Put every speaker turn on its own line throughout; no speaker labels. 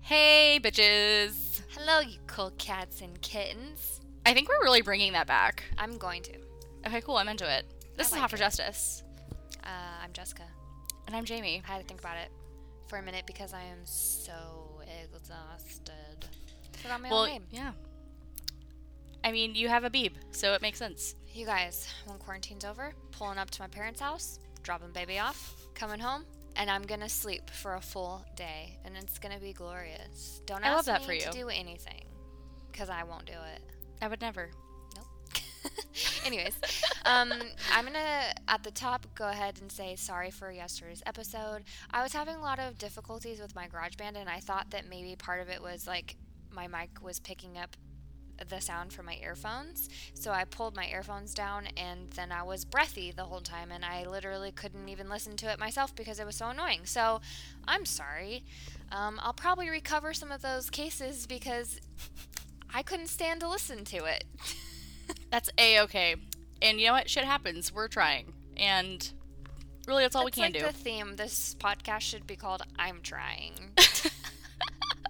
Hey, bitches.
Hello, you cool cats and kittens.
I think we're really bringing that back.
I'm going to.
Okay, cool. I'm into it. This
I
is
like
Hot for
it.
Justice.
Uh, I'm Jessica.
And I'm Jamie.
I had to think about it for a minute because I am so exhausted. Put on my
well,
own name.
yeah. I mean, you have a beeb, so it makes sense.
You guys, when quarantine's over, pulling up to my parents' house, dropping baby off, coming home, and I'm gonna sleep for a full day, and it's gonna be glorious. Don't
I love
ask
that
me
for
to
you.
do anything, cause I won't do it.
I would never.
Nope. Anyways, um, I'm gonna at the top go ahead and say sorry for yesterday's episode. I was having a lot of difficulties with my GarageBand, and I thought that maybe part of it was like my mic was picking up the sound from my earphones. So I pulled my earphones down, and then I was breathy the whole time, and I literally couldn't even listen to it myself because it was so annoying. So I'm sorry. Um, I'll probably recover some of those cases because I couldn't stand to listen to it.
That's a okay. And you know what? Shit happens. We're trying. And really, that's all
That's
we can
like
do.
The theme. This podcast should be called "I'm Trying"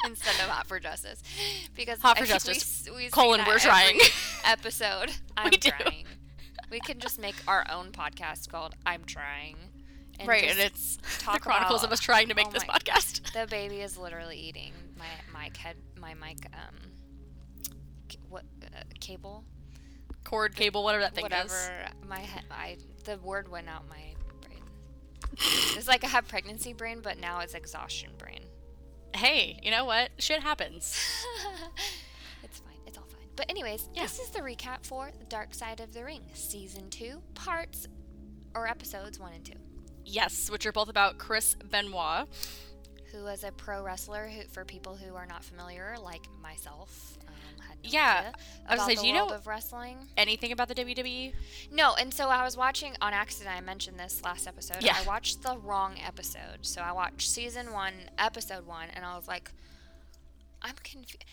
instead of "Hot for Justice," because
Hot
I
for
think
Justice,
We, s- we sing
colon,
that
we're trying.
every episode. I'm
do.
trying. We can just make our own podcast called "I'm Trying." And
right,
just-
and it's the
talk
chronicles
about-
of us trying to make
oh
this
my-
podcast.
the baby is literally eating my mic head, my mic um, c- what uh, cable,
Cord, cable, whatever that thing
whatever.
is.
My head, I the word went out my brain. It's like I have pregnancy brain, but now it's exhaustion brain.
Hey, you know what? Shit happens.
it's fine. It's all fine. But anyways,
Yeah.
this is the recap for The Dark Side of the Ring, season 2, parts or episodes 1 and 2.
Yes, which are both about Chris Benoit.
Who was a pro wrestler who for people who are not familiar like myself. Um, had no
Yeah,
idea
I was
about
gonna say,
the
do you
world
know-
of wrestling?
Anything about the E? WWE?
No, and so I was watching on accident. I mentioned this last episode.
Yeah.
I watched the wrong episode. So I watched season one, episode one, and I was like, I'm confused.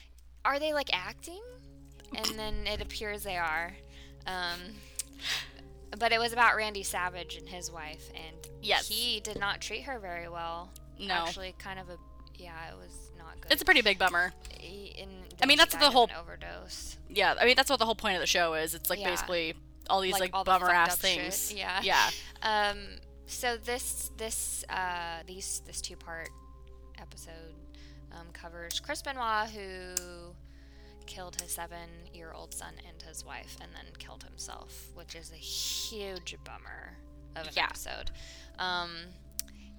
Are they like acting? And then it appears they are. Um, but it was about Randy Savage and his wife, and
Yes.
he did not treat her very well.
No.
actually, kind of a yeah, it was not good.
It's a pretty big bummer.
He- and
I mean,
then she
that's the
died of
whole-
an overdose.
Yeah, I mean that's what the whole point of the show is. It's like
Yeah.
basically all these
Like,
like,
all the
bummer
fucked
ass
up shit.
things.
Yeah.
Yeah.
Um, so this this uh, these this two part episode um, covers Chris Benoit who killed his seven year old son and his wife and then killed himself, which is a huge bummer of an
Yeah.
episode. Um,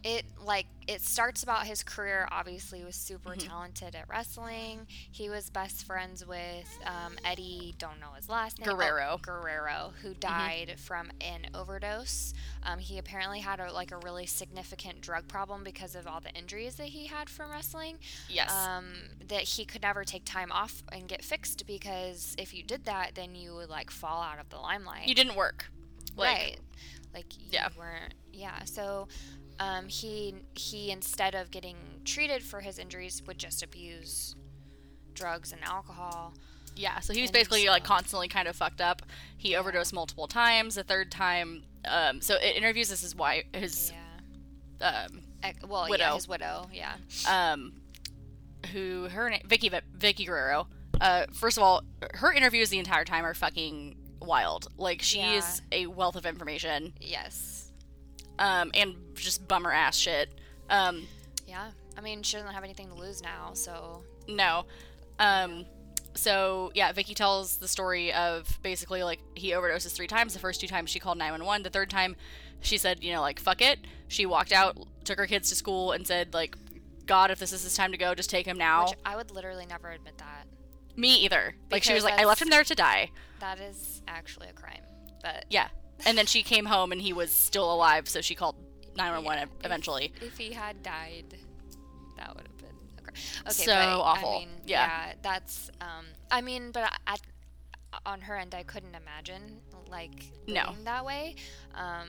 it like it starts about his career. Obviously, he was super
Mm-hmm.
talented at wrestling. He was best friends with um, Eddie. Don't know his last name. oh,
Guerrero. Mm-hmm.
Guerrero, who died from an overdose. Um, he apparently had a, like a really significant drug problem because of all the injuries that he had from wrestling.
Yes.
Um, that he could never take time off and get fixed because if you did that, then you would like fall out of the limelight.
you didn't work. Like,
right. Like you
Yeah.
weren't. Yeah. So. Um, he he instead of getting treated for his injuries would just abuse drugs and alcohol
Yeah. So he was
And
basically like
so-
constantly kind of fucked up. He overdosed multiple times. The third time, um, so it interviews this his wife, his
yeah
um,
Ec- well, yeah,
Widow.
his widow, yeah.
um, who her name Vicky Ve- Vicky Guerrero. Uh, first of all, her interviews the entire time are fucking wild. Like she
Yeah.
is a wealth of information,
Yes.
um, and just bummer ass shit. Um,
Yeah. I mean, she doesn't have anything to lose now, so
No. Um so yeah, Vicky tells the story of basically like he overdoses three times. The first two times she called 911. The third time she said, you know, like fuck it. She walked out, took her kids to school and said like god, if this is his time to go, just take him now.
which I would literally never admit that.
Me either. Like she
Because
was like I left him there to die.
That is actually a crime. But
Yeah. And then she came home and he was still alive, so she called 911 e-, eventually.
if he had died, that would have been a crime. Okay,
So
but, I
awful.
mean,
Yeah.
that's um I mean, but I- at on her end I couldn't imagine like
No.
living that way. Um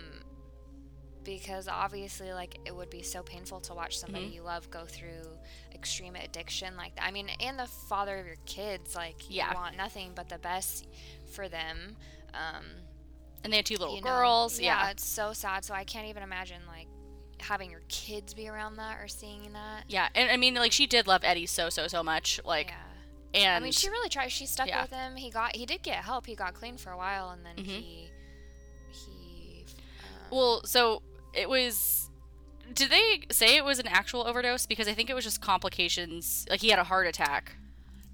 because obviously like it would be so painful to watch somebody
Mm-hmm.
you love go through extreme addiction like that. I mean, and the father of your kids like you
Yeah.
want nothing but the best for them. Um
And they had two little
you know,
girls.
yeah,
yeah.
it's so sad. So I can't even imagine like having your kids be around that or seeing that.
Yeah, and I mean, like she did love Eddie so so so much, like,
yeah.
and
I mean, she really tried. She stuck
yeah.
with him. He got he did get help. He got clean for a while, and then
Mhm.
he he. Um,
well, so it was. Did they say it was an actual overdose? Because I think it was just complications. Like he had a heart attack.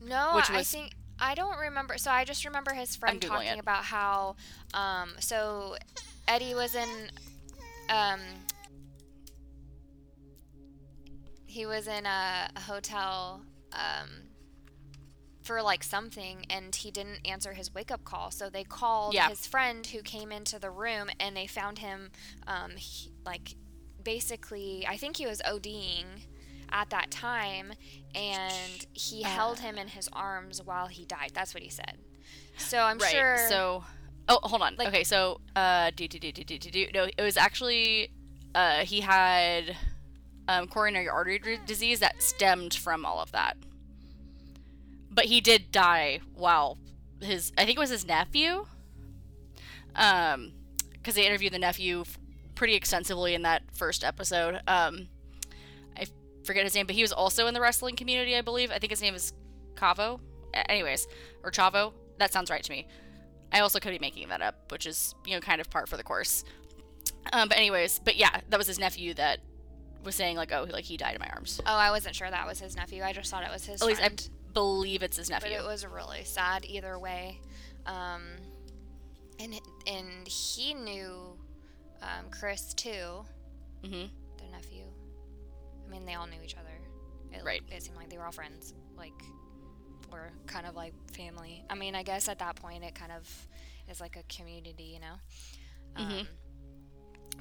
No,
Which
I
was-
think I don't remember. So I just remember his friend
Googling
talking
it.
about how, um, so Eddie was in, um, he was in a, a hotel, um, for like something, and he didn't answer his wake up call. So they called
Yeah.
his friend who came into the room, and they found him, um, he, like basically, I think he was ODing at that time, and
Uh.
he held him in his arms while he died. That's what he said. So I'm
right.
sure.
So, oh, hold on.
Like-
okay, so uh, do do do do do do do. No, it was actually uh, he had um, coronary artery d- disease that stemmed from all of that. But he did die while his I think it was his nephew. Um, because they interviewed the nephew f- pretty extensively in that first episode. Um, I forget his name, but he was also in the wrestling community, I believe. I think his name is Cavo. A- Anyways, or Chavo. That sounds right to me. I also could be making that up, which is, you know, kind of part for the course. Um, but anyways, but yeah, that was his nephew that was saying like, oh, like he died in my arms.
oh, I wasn't sure that was his nephew. I just thought it was his
At least I
friend.
believe it's his
but
nephew.
it was really sad either way. Um, and and he knew um, Chris too,
hmm
their nephew. I mean, they all knew each other. It,
Right.
It seemed like they were all friends. Like, were kind of like family. I mean, I guess at that point it kind of is like a community, you know.
Mhm.
Um,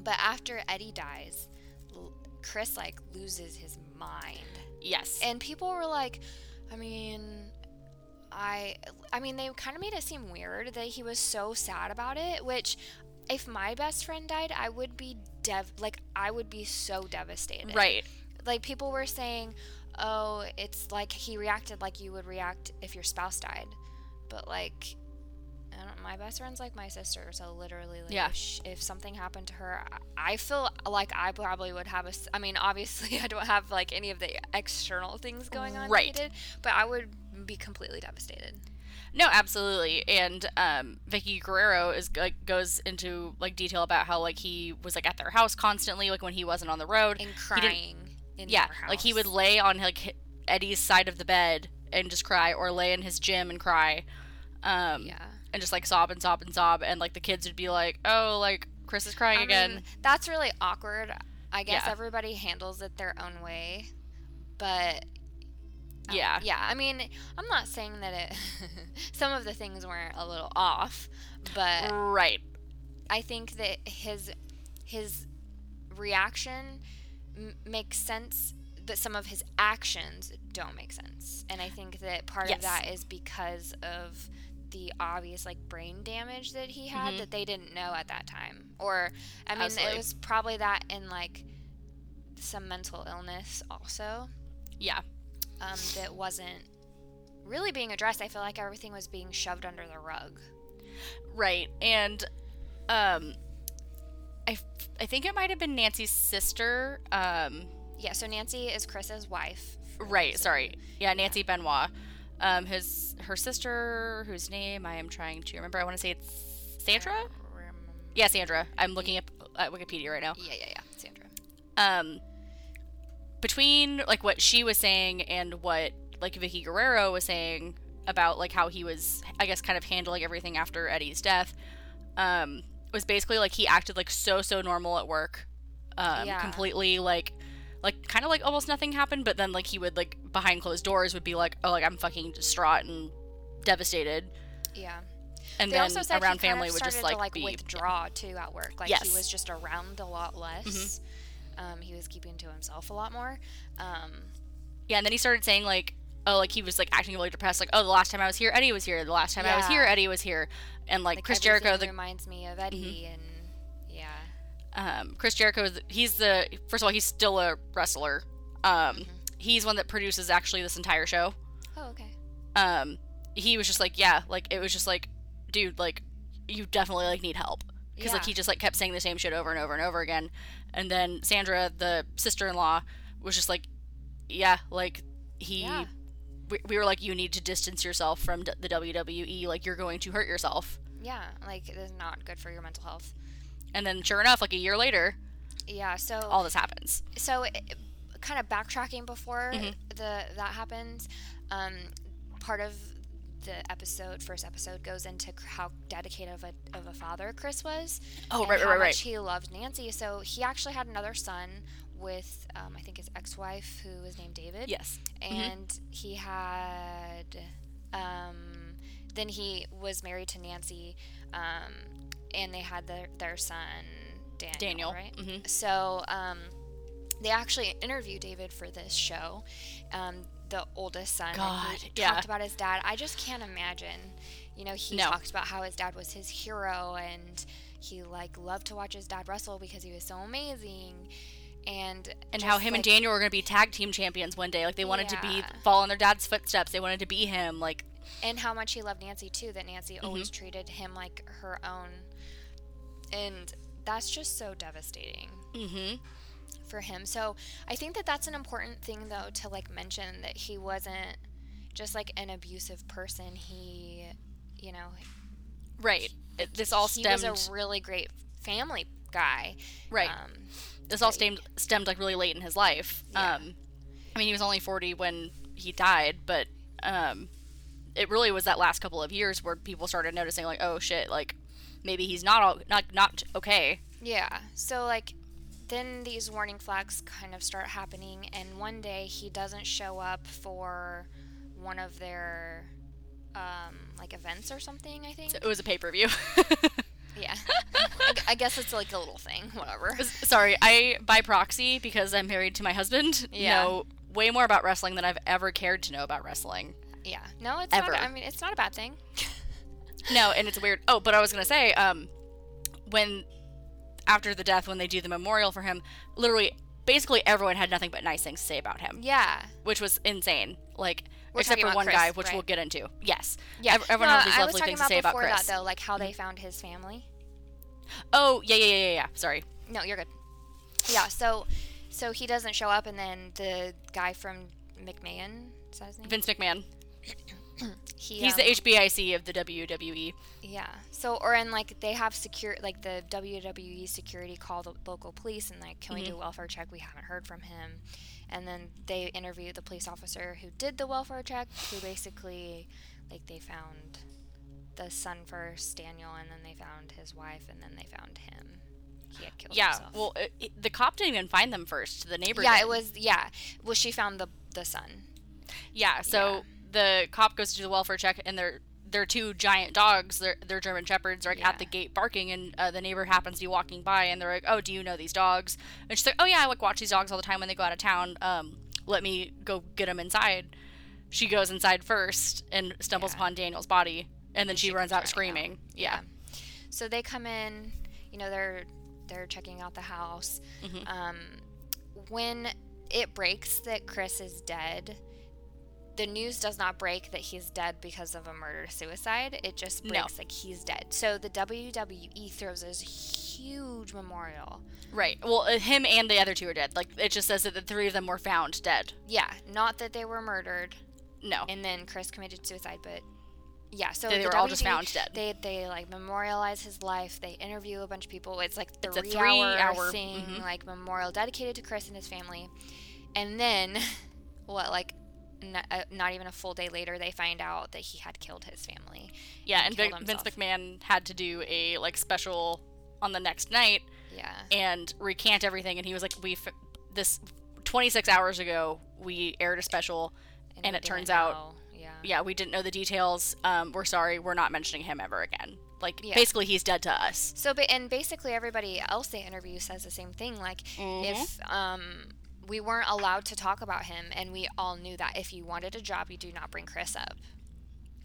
but after Eddie dies, l- Chris like loses his mind
Yes.
and people were like i mean i i mean they kind of made it seem weird that he was so sad about it which if my best friend died i would be dev like i would be so devastated
Eh, right.
like people were saying oh it's like he reacted like you would react if your spouse died but like I don't, my best friend's like my sister, so literally, like,
Yeah.
if, sh if something happened to her, I I feel like I probably would have a. s- I mean, obviously, I don't have like any of the external things going on, that he
Right.
did, but I would be completely devastated.
No, absolutely. And um, Vicky Guerrero is like goes into like detail about how like he was like at their house constantly, like when he wasn't on the road.
and
He didn't-
crying in
yeah,
their
like he
house.
would lay on like h- Eddie's side of the bed and just cry, or lay in his gym and cry. Um,
yeah
and just like sob and sob and sob and like the kids would be like oh like chris is crying
I
again
mean, that's really awkward i guess
Yeah.
everybody handles it their own way but um,
Yeah.
yeah i mean i'm not saying that it some of the things weren't a little off but
right
I think that his his reaction m- makes sense, but some of his actions don't make sense. And I think that part
Yes.
of that is because of the obvious like brain damage that he had
Mhm.
that they didn't know at that time. Or I mean,
Absolutely.
it was probably that in like some mental illness also
yeah
um, that wasn't really being addressed. I feel like everything was being shoved under the rug.
right and um i f- i think it might have been nancy's sister um
Yeah. So Nancy is Chris's wife. for
right
those of you
sorry yeah nancy benoit um his her sister whose name i am trying to remember i want to say it's sandra
I don't remember.
yeah sandra i'm looking up at wikipedia right now
Yeah, yeah, yeah. Sandra.
um between like what she was saying and what like Vicky Guerrero was saying about like how he was I guess kind of handling everything after Eddie's death um was basically like he acted like so so normal at work um
Yeah.
completely like like kind of like almost nothing happened but then like he would like behind closed doors would be like oh like I'm fucking distraught and devastated
Yeah.
and
They
then
also said
around
he kind
family
of
would
started
just like,
to like
be
withdraw too at work. Like
Yes. Mm-hmm.
he was just around a lot less. Um, he was keeping to himself a lot more. Um,
Yeah, and then he started saying like, oh, like he was like acting really depressed, like, oh, the last time I was here, Eddie was here. The last time I was
Yeah.
here, Eddie was here. And like,
like
Chris Jericho,
everything
the Mm-hmm.
reminds me of Eddie and yeah,
um, Chris Jericho, is- he's the first of all, he's still a wrestler. Um,
Mm-hmm.
he's one that produces actually this entire show.
oh okay,
Um, he was just like, yeah, like it was just like, dude, like you definitely like need help. because like he just like kept saying the same shit over and over and over again and then sandra the sister-in-law was just like yeah like he
Yeah.
we, we were like you need to distance yourself from d- the wwe like you're going to hurt yourself
yeah, like it is not good for your mental health.
and then sure enough like a year later
Yeah, so
all this happens
so it, kind of backtracking before
Mm-hmm.
the that happens um, part of the episode first episode goes into c- how dedicated of a, of a father chris was
Oh,
and
right, right,
how
right, right.
much he loved nancy so he actually had another son with um, i think his ex-wife who was named david
yes
and he had um, then he was married to nancy um, and they had their, their son daniel,
daniel
right
hmm
so um, they actually interviewed David for this show, um, the oldest son. and
God,
he
yeah.
talked about his dad. I just can't imagine. You know, he
No.
talked about how his dad was his hero, and he like loved to watch his dad wrestle because he was so amazing. And
and
just,
how him and
like,
Daniel were going to be tag team champions one day. Like they wanted to be
Yeah.
follow in their dad's footsteps. They wanted to be him. Like
and how much he loved Nancy too. That Nancy
Mm-hmm.
always treated him like her own, and that's just so devastating.
hmm
for him. So I think that that's an important thing, though, to like mention that he wasn't just like an abusive person. He, you know,
right. It- this all
he
stemmed
was a really great family guy.
right.
Um,
this all stemmed stemmed like really late in his life.
Yeah.
Um, I mean, he was only forty when he died, but um, it really was that last couple of years where people started noticing like, oh shit, like maybe he's not all not not okay.
yeah. So like, then these warning flags kind of start happening, and one day he doesn't show up for one of their um, like events or something. I think.
So it was a pay per view.
yeah. I, I guess it's like a little thing. Whatever.
Sorry, I by proxy because I'm married to my husband.
Yeah.
Know way more about wrestling than I've ever cared to know about wrestling.
Yeah. No, it's
Ever.
not. I mean, it's not a bad thing.
No, and it's weird. Oh, but I was gonna say, um, when after the death, when they do the memorial for him, literally, basically everyone had nothing but nice things to say about him,
Yeah.
which was insane. Like,
We're
except
talking
for
about
one
Chris,
guy, which
right?
we'll get into. Yes.
Yeah,
Ev- everyone
no,
has these
I was
lovely
talking
things to say about
before
Chris. Mm-hmm.
that though, like how they found his family.
Oh, yeah, yeah, yeah, yeah, yeah. Sorry.
No, you're good. Yeah, so so he doesn't show up, and then the guy from McMahon, is that his name?
Vince McMahon.
he,
He's
um,
the HBIC of the E WWE.
yeah. So or and like they have secure like the WWE security called the local police and like can we
Mm-hmm.
do a welfare check? We haven't heard from him, and then they interviewed the police officer who did the welfare check, who basically like they found the son first, Daniel, and then they found his wife, and then they found him. He had killed
Yeah.
himself.
Well, it, it- the cop didn't even find them first. The neighbor.
Yeah,
did.
it was. Yeah, well, she found the the son.
Yeah. So the cop goes to do the welfare check, and they're they're two giant dogs. They're, they're German shepherds, like
Yeah.
at the gate barking, and uh, the neighbor happens to be walking by, and they're like, "Oh, do you know these dogs?" And she's like, "Oh yeah, I like watch these dogs all the time when they go out of town. Um, let me go get them inside." She goes inside first and stumbles
Yeah.
upon Daniel's body, and then she,
she
runs
comes running
out
out.
screaming. Yeah.
So they come in. You know, they're they're checking out the house.
Mm-hmm.
Um, when it breaks that Chris is dead, the news does not break that he's dead because of a murder suicide. It just
No.
breaks like he's dead. So the WWE throws this huge memorial.
Right. Well, uh, him and the other two are dead. Like it just says that the three of them were found dead.
Yeah, not that they were murdered.
No.
and then Chris committed suicide. But yeah, so
They
the E
were all just
WWE
found dead.
They they like memorialize his life. They interview a bunch of people. It's like
It's a
three, hour,
three-hour-
thing,
mhm.
like memorial dedicated to Chris and his family. And then, what like. Not, uh, not even a full day later, they find out that he had killed his family.
yeah. And
killed
Vin- Vince
himself.
McMahon had to do a like special on the next night
Yeah,
and recant everything. And he was like, "We f- this 26 hours ago we aired a special, and,
we
it turns
didn't
out,
know. yeah,
yeah, we didn't know the details. Um, we're sorry, we're not mentioning him ever again. Like
Yeah.
basically, he's dead to us.
So, ba- and basically everybody else they interview says the same thing. Like,
Mm-hmm.
if um, we weren't allowed to talk about him, and we all knew that if you wanted a job, you do not bring Chris up.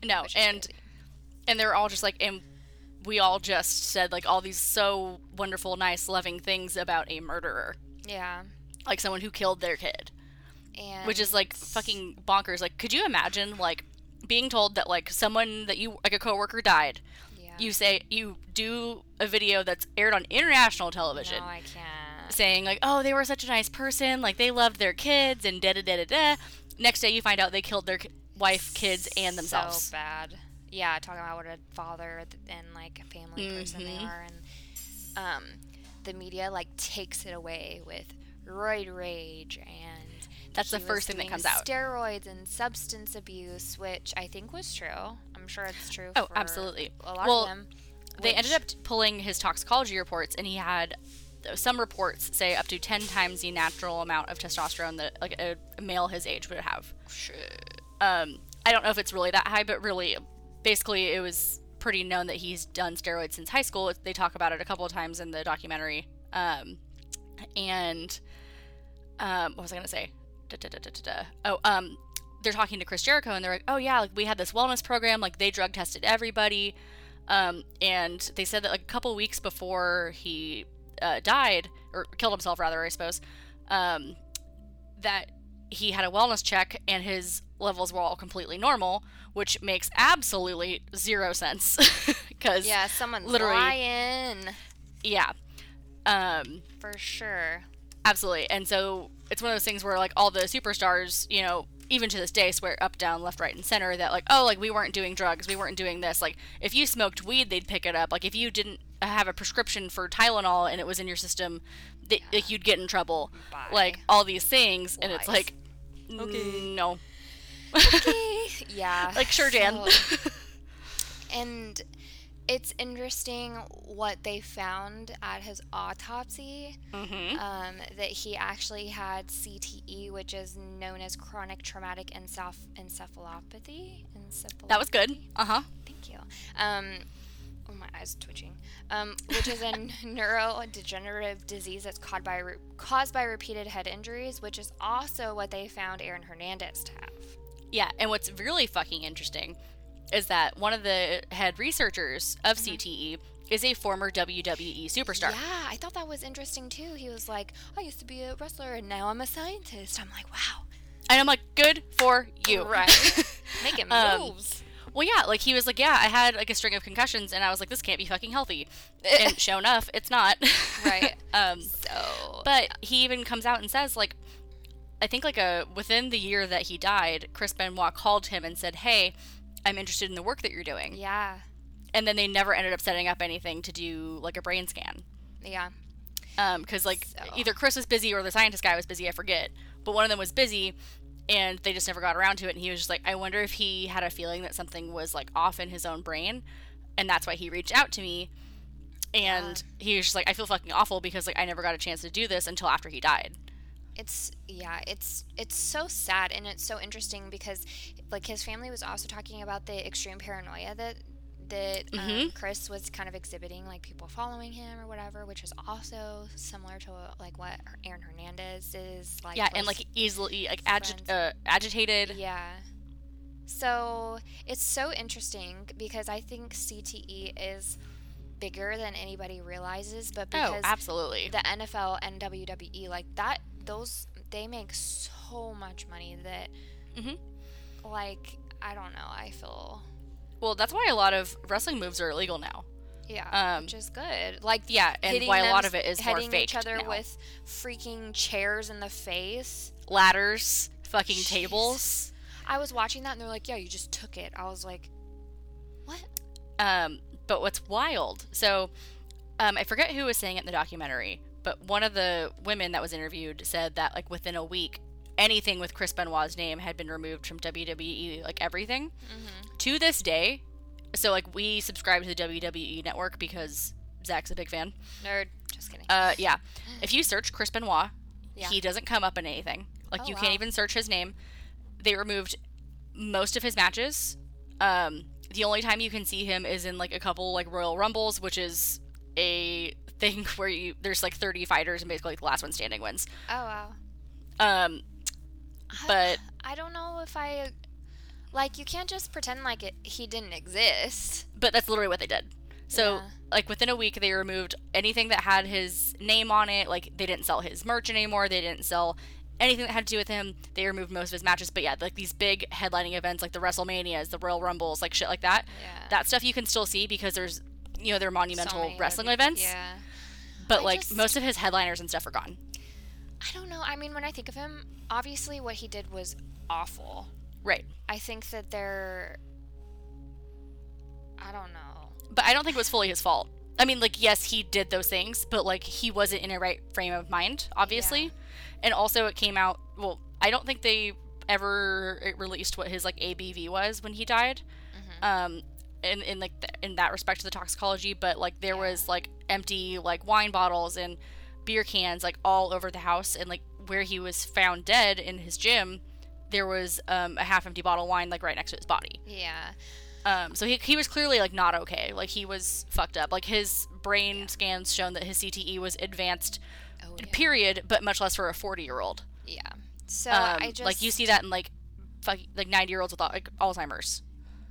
No,
which is
Oh, and
crazy.
and they're all just like, and we all just said like all these so wonderful, nice, loving things about a murderer,
yeah,
like someone who killed their kid.
and
which is like fucking bonkers. Like, could you imagine like being told that like someone that you like a coworker died,
yeah, Yeah.
you say you do a video that's aired on international television
No, I can't.
saying like, "Oh, they were such a nice person. Like they loved their kids and da da da da da." Next day, you find out they killed their ki- wife, kids, and themselves.
So bad. Yeah, talking about what a father th- and like a family person they
Mhm.
are, and um, the media like takes it away with roid rage and.
That's the
he was
first thing that
doing
comes out.
Steroids and substance abuse, which I think was true. I'm sure it's true.
Oh,
for
absolutely.
A lot
Well,
of them.
They ended
which-
up t- pulling his toxicology reports, and he had th- some reports say up to ten times the natural amount of testosterone that like a a male his age would have.
Shit.
Um, I don't know if it's really that high, but really, basically, it was pretty known that he's done steroids since high school. They talk about it a couple of times in the documentary. Um, and um, what was I gonna say? Da, da, da, da, da, da. Oh, um, they're talking to Chris Jericho, and they're like, "Oh yeah, like we had this wellness program. Like they drug tested everybody." Um, and they said that like a couple weeks before he uh, died or killed himself, rather, I suppose. Um, that he had a wellness check and his levels were all completely normal, which makes absolutely zero sense. Because yeah,
Yeah, someone's
literally-
lying
um,
for sure.
absolutely. And so it's one of those things where like all the superstars, you know, even to this day, swear up, down, left, right, and center that like, oh, like we weren't doing drugs, we weren't doing this. Like if you smoked weed, they'd pick it up. Like if you didn't have a prescription for Tylenol and it was in your system, th- like you'd get in trouble.
Bye.
Like all these things, and it's
Lies.
like, okay, no.
yeah.
Like sure, Dan.
so- and it's interesting what they found at his autopsy
mm-hmm.
um, that he actually had CTE, which is known as chronic traumatic enceph- encephalopathy. Encephalopathy.
That was good. Uh
Uh-huh.
huh.
Thank you. Um, oh, my eyes twitching. Um, which is a n- neurodegenerative disease that's caused by re- caused by repeated head injuries, which is also what they found Aaron Hernandez to have.
Yeah, and what's really fucking interesting is that one of the head researchers of
Mm-hmm.
CTE is a former WWE superstar.
Yeah, I thought that was interesting too. He was like, I used to be a wrestler and now I'm a scientist. I'm like, wow.
And I'm like, good for you.
Right. Making
Um,
moves.
well, yeah, like he was like, yeah, I had like a string of concussions and I was like, this can't be fucking healthy. And show enough, it's not.
Eh. Right.
um,
so.
but he even comes out and says like i think like a within the year that he died chris benoit called him and said hey i'm interested in the work that you're doing
yeah.
and then they never ended up setting up anything to do like a brain scan
Yeah.
because Um, like
So-
either Chris was busy or the scientist guy was busy. I forget, but one of them was busy, and they just never got around to it. And he was just like, I wonder if he had a feeling that something was like off in his own brain, and that's why he reached out to me. And he was just like, I feel fucking awful because like I never got a chance to do this until after he died.
It's yeah, it's it's so sad and it's so interesting because like his family was also talking about the extreme paranoia that that um,
Mhm.
Chris was kind of exhibiting, like people following him or whatever, which is also similar to like what Aaron Hernandez is like.
yeah, and
was-
like easily like agi-
friends.
uh, agitated.
Yeah. So it's so interesting because I think CTE is bigger than anybody realizes, but
Oh,
because
absolutely.
the NFL and WWE, like that, those, they make so much money that,
Mhm.
like, I don't know, I feel,
well, that's why a lot of wrestling moves are illegal now.
yeah,
Um,
which is good. Like,
Yeah, and
hitting
why a
them-
lot of it is more
hitting
fake.
each other
now.
with freaking chairs in the face.
ladders, fucking
Jeez.
tables.
I was watching that and they're like, yeah, you just took it. I was like, what?
Um, but what's wild? So, um, I forget who was saying it in the documentary, but one of the women that was interviewed said that like within a week, anything with Chris Benoit's name had been removed from WWE, like everything.
Mm-hmm.
To this day, so like we subscribe to the WWE network because Zach's a big fan.
Nerd. Just kidding.
Uh, yeah. If you search Chris Benoit,
Yeah.
he doesn't come up in anything. Like
Oh,
you
wow.
can't even search his name. They removed most of his matches. Um, the only time you can see him is in like a couple like Royal Rumbles, which is a thing where you there's like 30 fighters and basically like, the last one standing wins.
Oh wow.
Um,
I-
but
I, don't know if I like you can't just pretend like it he didn't exist.
but that's literally what they did. So
Yeah.
like within a week they removed anything that had his name on it. Like they didn't sell his merch anymore. They didn't sell anything that had to do with him, they removed most of his matches. But yeah, like these big headlining events, like the WrestleManias, the Royal Rumbles, like shit like that.
Yeah.
That stuff you can still see because there's, you know, they're monumental
many other
wrestling
peop-
events.
Yeah.
But
I
like
just-
most of his headliners and stuff are gone.
I don't know. I mean, when I think of him, obviously what he did was awful.
Right.
I think that they're. I don't know.
But I don't think it was fully his fault. I mean, like, yes, he did those things, but like he wasn't in a right frame of mind, obviously.
Yeah.
And also, it came out. Well, I don't think they ever released what his like ABV was when he died.
Mm-hmm.
Um, in in like th- in that respect to the toxicology, but like there
Yeah.
was like empty like wine bottles and beer cans like all over the house, and like where he was found dead in his gym, there was um, a half empty bottle of wine like right next to his body.
Yeah.
Um, so he, he was clearly like not okay. Like he was fucked up. Like his brain scans shown that his CTE was advanced,
Oh,
period, but much less for a forty year old.
Yeah. So
Um,
Uh, I just
like you see that in like, fuck, like ninety year olds with al- like, Alzheimer's.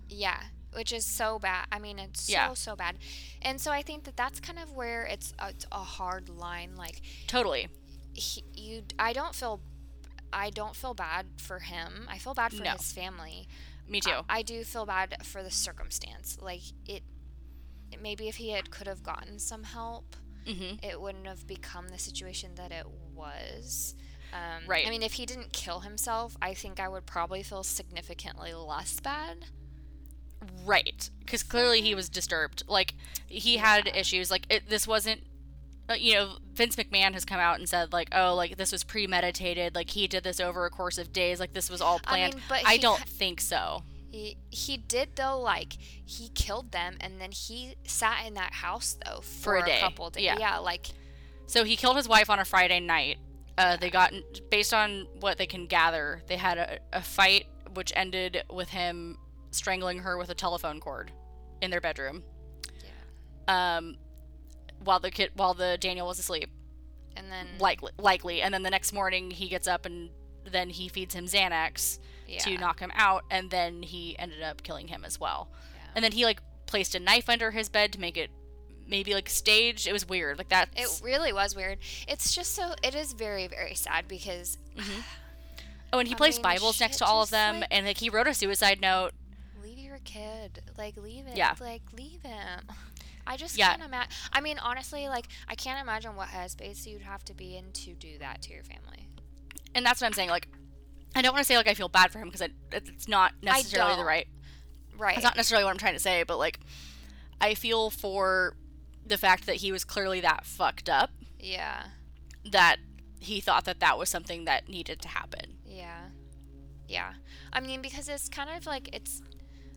Yeah, which is so bad. I mean, it's
Yeah.
so so bad. And so I think that that's kind of where it's a, it's a hard line. Like
Totally.
he, you, I don't feel, I don't feel bad for him. I feel bad for
No.
his family.
Me too.
I do feel bad for the circumstance. Like it, maybe if he had could have gotten some help,
mm-hmm.
it wouldn't have become the situation that it was. Um,
Right.
I mean, if he didn't kill himself, I think I would probably feel significantly less bad.
Right. Because clearly he was disturbed. Like he had issues. Like it, this wasn't. Uh, you know, Vince McMahon has come out and said like, oh, like this was premeditated. Like he did this over a course of days. Like this was all
I mean,
planned.
but
I
he
don't
ha-
think so.
He, he did though like he killed them and then he sat in that house though for,
a day.
couple days
Yeah.
like
So he killed his wife on a Friday night. Uh, they got, based on what they can gather, they had a, a fight which ended with him strangling her with a telephone cord in their bedroom.
yeah
Um, while the kid, while the Daniel was asleep,
and then
likely, likely, and then the next morning he gets up and then he feeds him Xanax
yeah,
to knock him out, and then he ended up killing him as well.
yeah.
And then he like placed a knife under his bed to make it maybe like staged. It was weird, like that.
it really was weird it's just so it is very very sad because
Mm-hmm. Oh, and he
I
placed
mean,
Bibles next
shit
to all of
just,
them,
like-
and like he wrote a suicide note.
leave your kid like leave it
Yeah.
like leave him I just
Yeah.
can't imagine I mean honestly like I can't imagine what headspace you'd have to be in to do that to your family
And that's what I'm saying. Like, I don't want to say like I feel bad for him because it's not necessarily the
don't.
right.
right
It's not necessarily what I'm trying to say, but like, I feel for the fact that he was clearly that fucked up
yeah
that he thought that that was something that needed to happen.
Yeah. Yeah. I mean, because it's kind of like it's,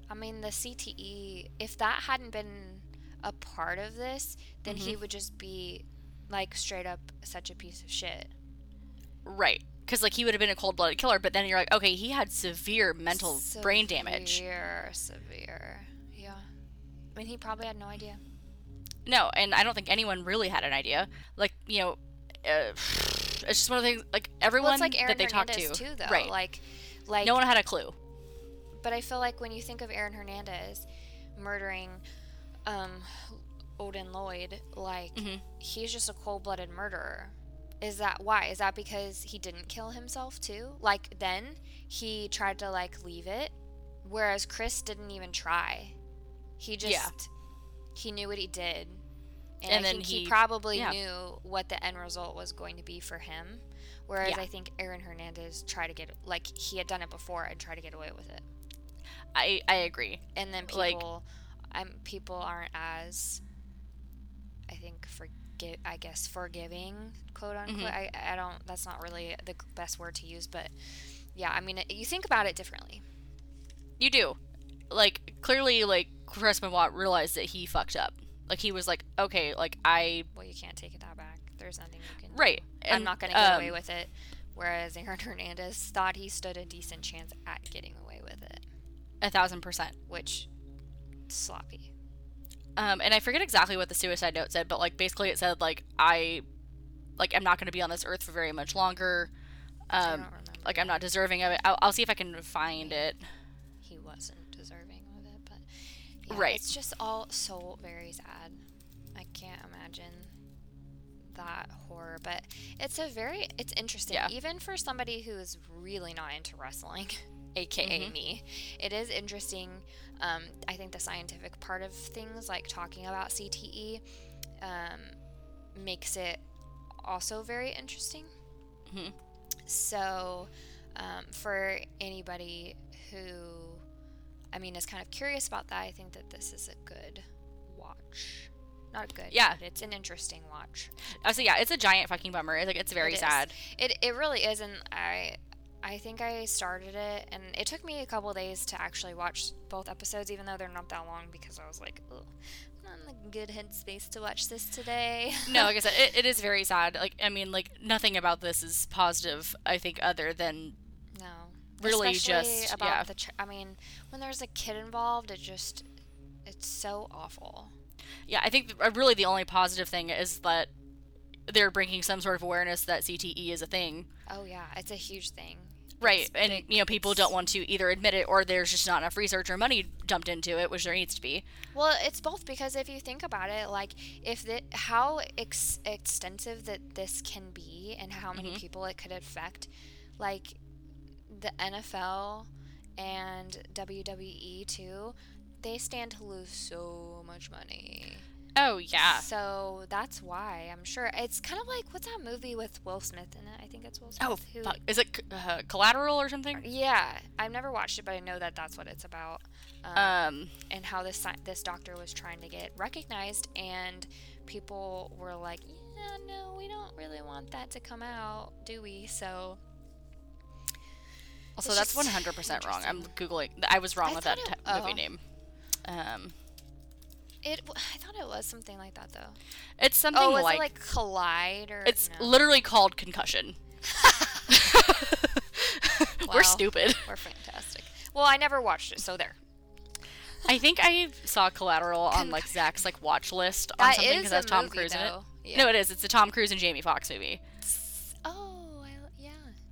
I mean, the CTE, if that hadn't been a part of this, then he
Mm-hmm.
would just be like straight up such a piece of shit.
Right. Because like he would have been a cold-blooded killer, but then you're like, okay, he had severe mental brain damage.
Severe, severe. Yeah. I mean, he probably had no idea.
No, and I don't think anyone really had an idea. Like, you know, uh, it's just one of the things. Like everyone
Well, it's like Aaron
that they talked
Hernandez
to,
too, though.
right?
Like, like
no one had a clue.
But I feel like when you think of Aaron Hernandez murdering um, Odin Lloyd, like
Mhm.
he's just a cold-blooded murderer. Is that why? Is that because he didn't kill himself too? Like then he tried to like leave it, whereas Chris didn't even try. He just
Yeah.
he knew what he did, and,
And
I
then
think he,
he-
probably
yeah.
knew what the end result was going to be for him. Whereas
Yeah.
I think Aaron Hernandez tried to get like he had done it before and tried to get away with it
I I agree.
and then
Like-
people um, people aren't as i think forgive i guess forgiving quote
Mm-hmm.
unquote I, I don't that's not really the c- best word to use but yeah i mean it, you think about it differently
You do. Like clearly, like Chris Benoit realized that he fucked up. Like he was like, okay, like I
well you can't take it that back there's nothing you can do.
right.
i'm
and,
not going to get away
um,
with it whereas aaron hernandez thought he stood a decent chance at getting away with it
a thousand percent.
which sloppy
Um, and I forget exactly what the suicide note said, but like basically it said like I, like I'm not going to be on this earth for very much longer.
i don't
Um,
remember
like I'm not deserving of it. I'll, I'll see if I can find it.
he wasn't deserving of it, but yeah,
Right.
it's just all so very sad. I can't imagine that horror, but it's a very it's interesting
Yeah.
even for somebody who is really not into wrestling, aka
Mhm.
me. It is interesting. Um, I think the scientific part of things, like talking about CTE, um, makes it also very interesting.
Mhm.
So, um, for anybody who, I mean, is kind of curious about that, I think that this is a good watch. Not good.
Yeah.
but it's an interesting watch.
Honestly, yeah, it's a giant fucking bummer. It's like it's very
It is.
sad.
It it really is, and I I think I started it, and it took me a couple days to actually watch both episodes, even though they're not that long, because I was like, oh, I'm not in a good headspace to watch this today.
no, like I said, it, it is very sad. Like I mean, like nothing about this is positive. I think other than
no.
Really
Especially
just-
about
yeah.
the. Ch- I mean, when there's a kid involved, it just it's so awful.
yeah, I think th- uh, really the only positive thing is that they're bringing some sort of awareness that CTE is a thing,
Oh yeah, it's a huge thing.
right?
It's
and
big.
you know, people
It's-
don't want to either admit it or there's just not enough research or money dumped into it, which there needs to be.
Well, it's both because if you think about it, like if the how ex- extensive that this can be and how many
Mhm.
people it could affect, like the NFL and WWE too, they stand to lose so much money.
Oh yeah.
So that's why I'm sure it's kind of like what's that movie with Will Smith in it? I think it's Will Smith.
Oh fuck. Is it c- uh, collateral or something?
Yeah, I've never watched it, but I know that that's what it's about. Um,
Um.
and how this sci- this doctor was trying to get recognized, and people were like, "Yeah, no, we don't really want that to come out, do we?" So
Also,
it's
that's
just
one hundred percent wrong. I'm googling. I was wrong
I
with
thought
that
it-
t- movie
oh.
name. Um.
it, w- I thought it was something like that though.
It's something
oh, was
like,
it like Collide or?
it's
no.
literally called concussion.
Wow.
We're stupid.
we're fantastic. Well, I never watched it, so there.
I think I saw Collateral on like Zach's like watch list on
That
something
is
because that's
a
Tom
movie,
Cruise in it.
though.
No,
Yeah.
it is. It's a Tom Cruise and Jamie Foxx movie.
Oh, I, yeah,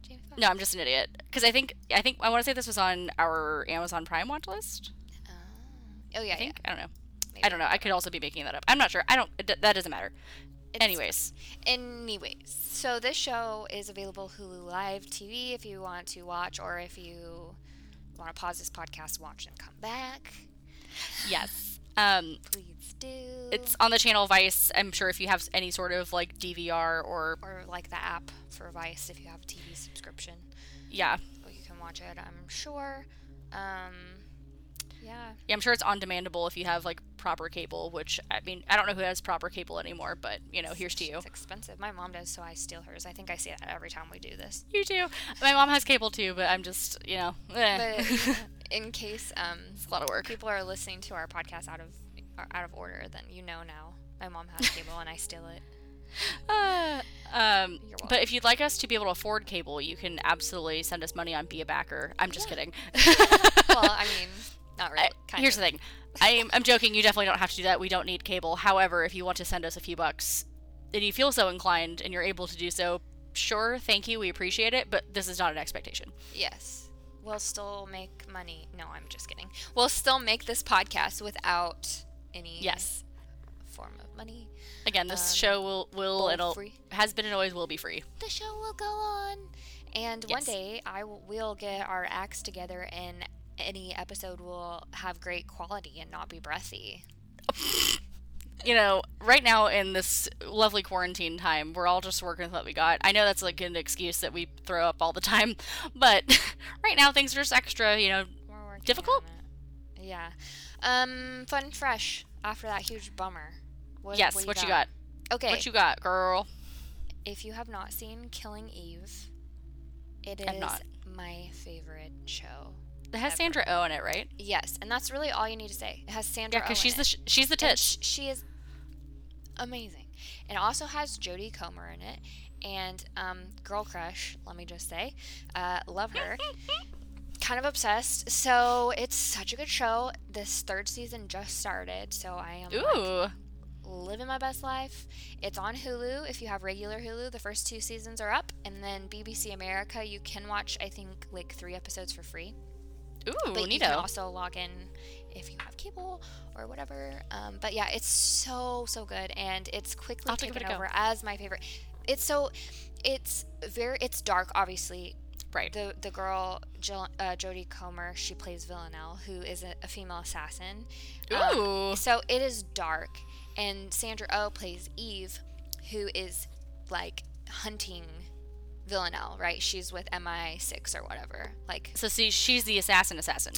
Jamie Foxx.
No, I'm just an idiot because I think I think I want to say this was on our Amazon Prime watch list.
Oh, yeah,
I think I don't know.
yeah.
I don't know. I could also be making that up. I'm not sure. I don't. It, d- that doesn't matter.
It's-
Anyways,
Anyways, so this show is available Hulu Live TV if you want to watch, or if you want to pause this podcast, watch and come back,
yes. Um,
please do.
it's on the channel Vice. I'm sure if you have any sort of like DVR or
or like the app for Vice if you have a TV subscription,
yeah,
or you can watch it. I'm sure. Um, yeah,
yeah, I'm sure it's on demandable if you have like proper cable. Which I mean, I don't know who has proper cable anymore, but you know, Oh, here's to you.
It's expensive. My mom does, so I steal hers. I think I see that every time we do this.
You too. My mom has cable too, but I'm just, you know, eh.
But in case um,
it's a lot of work.
people are listening to our podcast out of are out of order, then you know now. My mom has cable and I steal it.
Uh, um,
You're
but if you'd like us to be able to afford cable, you can absolutely send us money on Be a Backer. I'm just kidding.
well, I mean, not really.
I-
Kind
here's
of.
the thing. I'm, I'm joking. You definitely don't have to do that. We don't need cable. However, if you want to send us a few bucks and you feel so inclined and you're able to do so, sure, thank you. We appreciate it. But this is not an expectation.
Mm-hmm. Yes. We'll still make money. No, I'm just kidding. We'll still make this podcast without any
Yes.
form of money.
Again, this
Um,
show will, will
all
it'll,
free.
has been and always will be free.
The show will go on. And one
Yes.
day I will, we'll get our acts together and any episode will have great quality and not be breathy.
you know, right now in this lovely quarantine time, we're all just working with what we got. I know that's like an excuse that we throw up all the time, but right now things are just extra, you know.
We're working on
Difficult?
it. Yeah. Um, fun and fresh after that huge bummer. What,
yes, what you got?
Okay.
What you got, girl?
If you have not seen Killing Eve, it is
I've not.
my favorite show.
That has Sandra O oh in it, right?
Yes, and that's really all you need to say. It has Sandra.
Yeah, because
Oh
she's
in
the
it.
sh- she's the
And
titch.
sh- she is amazing. It also has Jodie Comer in it, and um, girl crush. Let me just say, uh, love her. kind of obsessed. So it's such a good show. This third season just started, so I am like,
Ooh,
living my best life. It's on Hulu. If you have regular Hulu, the first two seasons are up, and then BBC America, you can watch I think like three episodes for free.
Ooh,
but you
neato.
can also log in if you have cable or whatever. Um, but yeah, it's so so good, and it's quickly
I'll take a
taken
bit of go.
over as my favorite. It's so, it's very it's dark, obviously.
right.
The the girl Jill, uh, Jodie Comer, she plays Villanelle, who is a, a female assassin. Um,
Ooh.
so it is dark, and Sandra O oh plays Eve, who is like hunting Villanelle, right? She's with MI6 or whatever. Like
so see, she's the assassin. Assassin.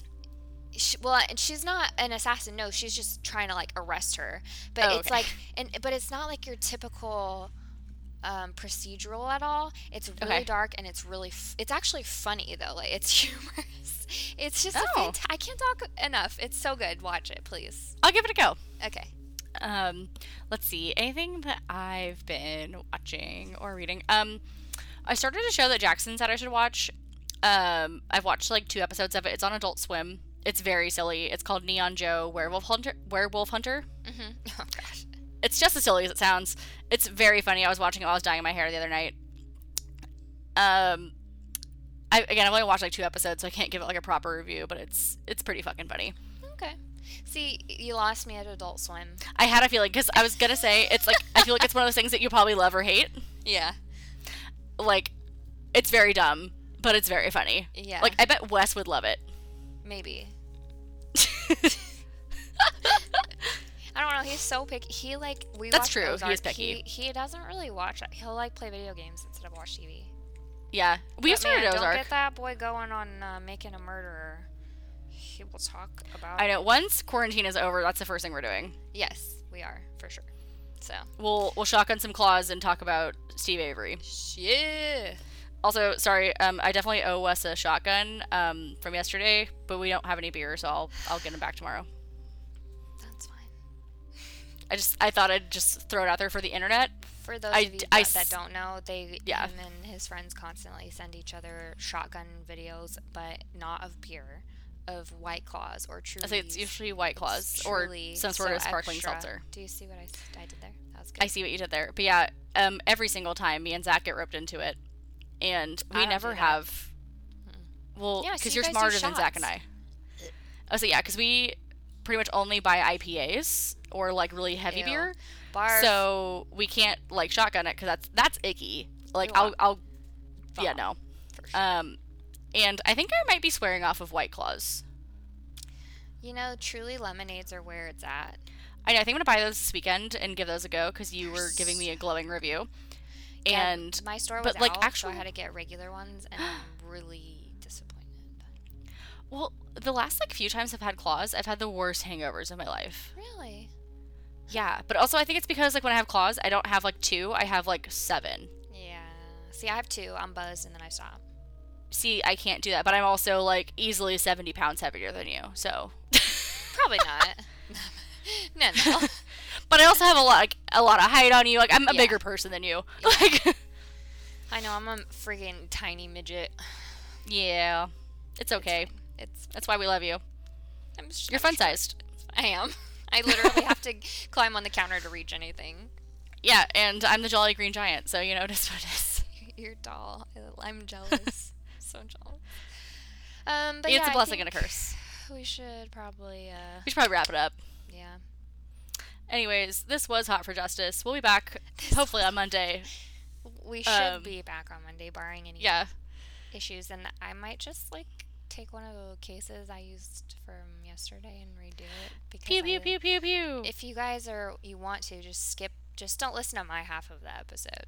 she, well and she's not an assassin no she's just trying to like arrest her but
Oh,
it's
okay.
like and but it's not like your typical um, procedural at all it's really
Okay.
dark and it's really f- it's actually funny though like it's humorous it's just a
Oh.
fanta- i can't talk enough it's so good watch it please
I'll give it a go.
okay
Um, let's see. Anything that I've been watching or reading. Um, I started a show that Jackson said I should watch. Um, I've watched like two episodes of it. It's on Adult Swim. It's very silly. It's called Neon Joe Werewolf Hunter. Werewolf Hunter.
mm-hmm. oh gosh
It's just as silly as it sounds. It's very funny. I was watching it while I was dyeing my hair the other night. Um, I again I've only watched like two episodes, so I can't give it like a proper review, but it's it's pretty fucking funny.
okay see you lost me at adult swim
I had a feeling because I was gonna say it's like I feel like it's one of those things that you probably love or hate.
yeah
like it's very dumb, but it's very funny.
yeah
Like I bet Wes would love it.
maybe I don't know. He's so picky. He like we.
That's
watch
true, he is
Ozark.
picky.
He, he doesn't really watch. He'll like play video games instead of watch TV.
yeah, we
But,
started
man, Don't
Ozark.
get that boy going on uh, making a murderer. He will talk about.
I know. Once quarantine is over, that's the first thing we're doing.
Yes, we are for sure. So.
We'll we'll shotgun some claws and talk about Steve Avery.
Yeah.
Also, sorry, um, I definitely owe Wes a shotgun um, from yesterday, but we don't have any beer, so I'll I'll get him back tomorrow.
That's fine.
I just I thought I'd just throw it out there for the internet.
For those
I-
of you
I
that, that
s-
don't know, they
Yeah.
him and his friends constantly send each other shotgun videos, but not of beer, of White Claws or Trulies.
I say it's usually White
It's
Claws or
Truly
some sort
so
of sparkling
extra.
seltzer.
Do you see what I, s- I did there? That was good.
I see what you did there. But yeah, um, every single time me and Zach get roped into it, and
I
we
don't
never
do that.
have. Well,
Ah, Hmm. Yeah, so
because
you
you're
guys do
smarter than Zach and
shots.
I. Oh, so yeah, because we pretty much only buy IPAs or like really heavy
Ew.
beer,
Barf.
so we can't like shotgun it because that's that's icky. Like
Ew. uh,
I'll, I'll, yeah,
Vomit,
no.
for sure.
Um, and I think I might be swearing off of White Claws.
you know, truly lemonades are where it's at.
I know. I think I'm gonna buy those this weekend and give those a go because you were giving me a glowing review,
Yeah,
and
my store was
but, like,
out, so I
actual-
had to get regular ones, and I'm really disappointed.
Well, the last like few times I've had claws, I've had the worst hangovers of my life.
Really?
Yeah, but also I think it's because like when I have claws, I don't have like two, I have like seven.
Yeah. See, I have two. I'm buzzed, and then I stop.
See, I can't do that, but I'm also like easily 70 pounds heavier than you. So,
Probably not. no, no.
but I also have a lot like a lot of height on you. Like I'm a
Yeah.
bigger person than you. Like
I know I'm a freaking tiny midget.
yeah. It's okay.
It's
That's why we love you.
I'm sh-
You're fun
I'm
sized.
sh- I am. I literally have to climb on the counter to reach anything.
Yeah, and I'm the jolly green giant, so you know it is what it is.
You're doll. I'm jealous. so jealous. Um, but
it's
yeah,
a
I
blessing and a
think
curse.
We should probably. Uh,
We should probably wrap it up.
yeah.
Anyways, this was Hot for Justice. We'll be back hopefully on Monday.
We should
Um,
be back on Monday, barring any
Yeah.
issues. And I might just like take one of the cases I used from yesterday and redo it because
Pew pew
I-
pew pew pew.
If you guys are you want to just skip, just don't listen to my half of the episode.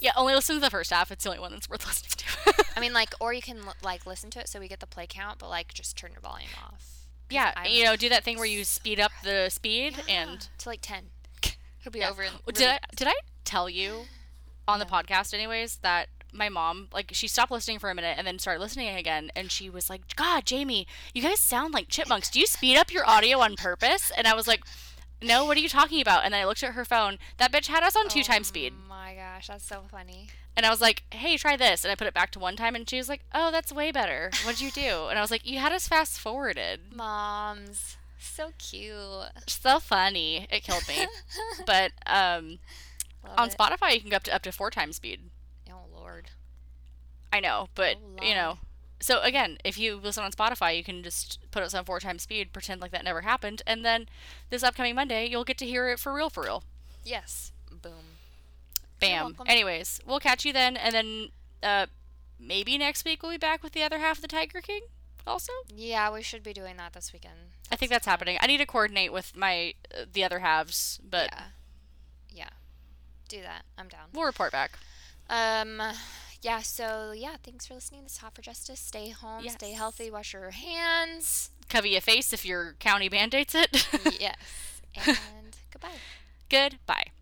yeah, only listen to the first half. It's the only one that's worth listening to.
I mean, like, or you can l- like listen to it so we get the play count, but like just turn your volume off
yeah,
I'm
you know, do that thing where you speed up the speed and
to like ten. It'll be
yeah.
over. In,
Well,
really
Did I
fast.
did I tell you on the podcast anyways that my mom like she stopped listening for a minute and then started listening again and she was like, "God, Jamie, you guys sound like chipmunks. Do you speed up your audio on purpose?" And I was like, "No, what are you talking about?" And then I looked at her phone. That bitch had us on two times speed.
Oh my gosh, that's so funny.
And I was like, hey, try this. And I put it back to one time, and she was like, oh, that's way better. What'd you do? And I was like, you had us fast forwarded.
Moms, so cute. Love
So funny. It killed me. but um, on
it.
Spotify, you can go up to, up to four times speed.
Oh Lord.
I know, but,
Oh,
you know,
Lord.
So again, if you listen on Spotify, you can just put us on four times speed, pretend like that never happened, and then this upcoming Monday, you'll get to hear it for real, for real.
Yes. Boom.
Bam.
welcome.
Anyways, we'll catch you then, and then uh, maybe next week we'll be back with the other half of the Tiger King. Also,
Yeah, we should be doing that this weekend.
I think that's happening. I need to coordinate with my uh, the other halves, but
yeah. Yeah. Do that. I'm down.
we'll report back.
Um, yeah. So yeah, thanks for listening. This is Hot for Justice. Stay home. Stay
Yes.
healthy. Wash your hands.
Cover your face if your county mandates it.
yes. And goodbye.
Goodbye.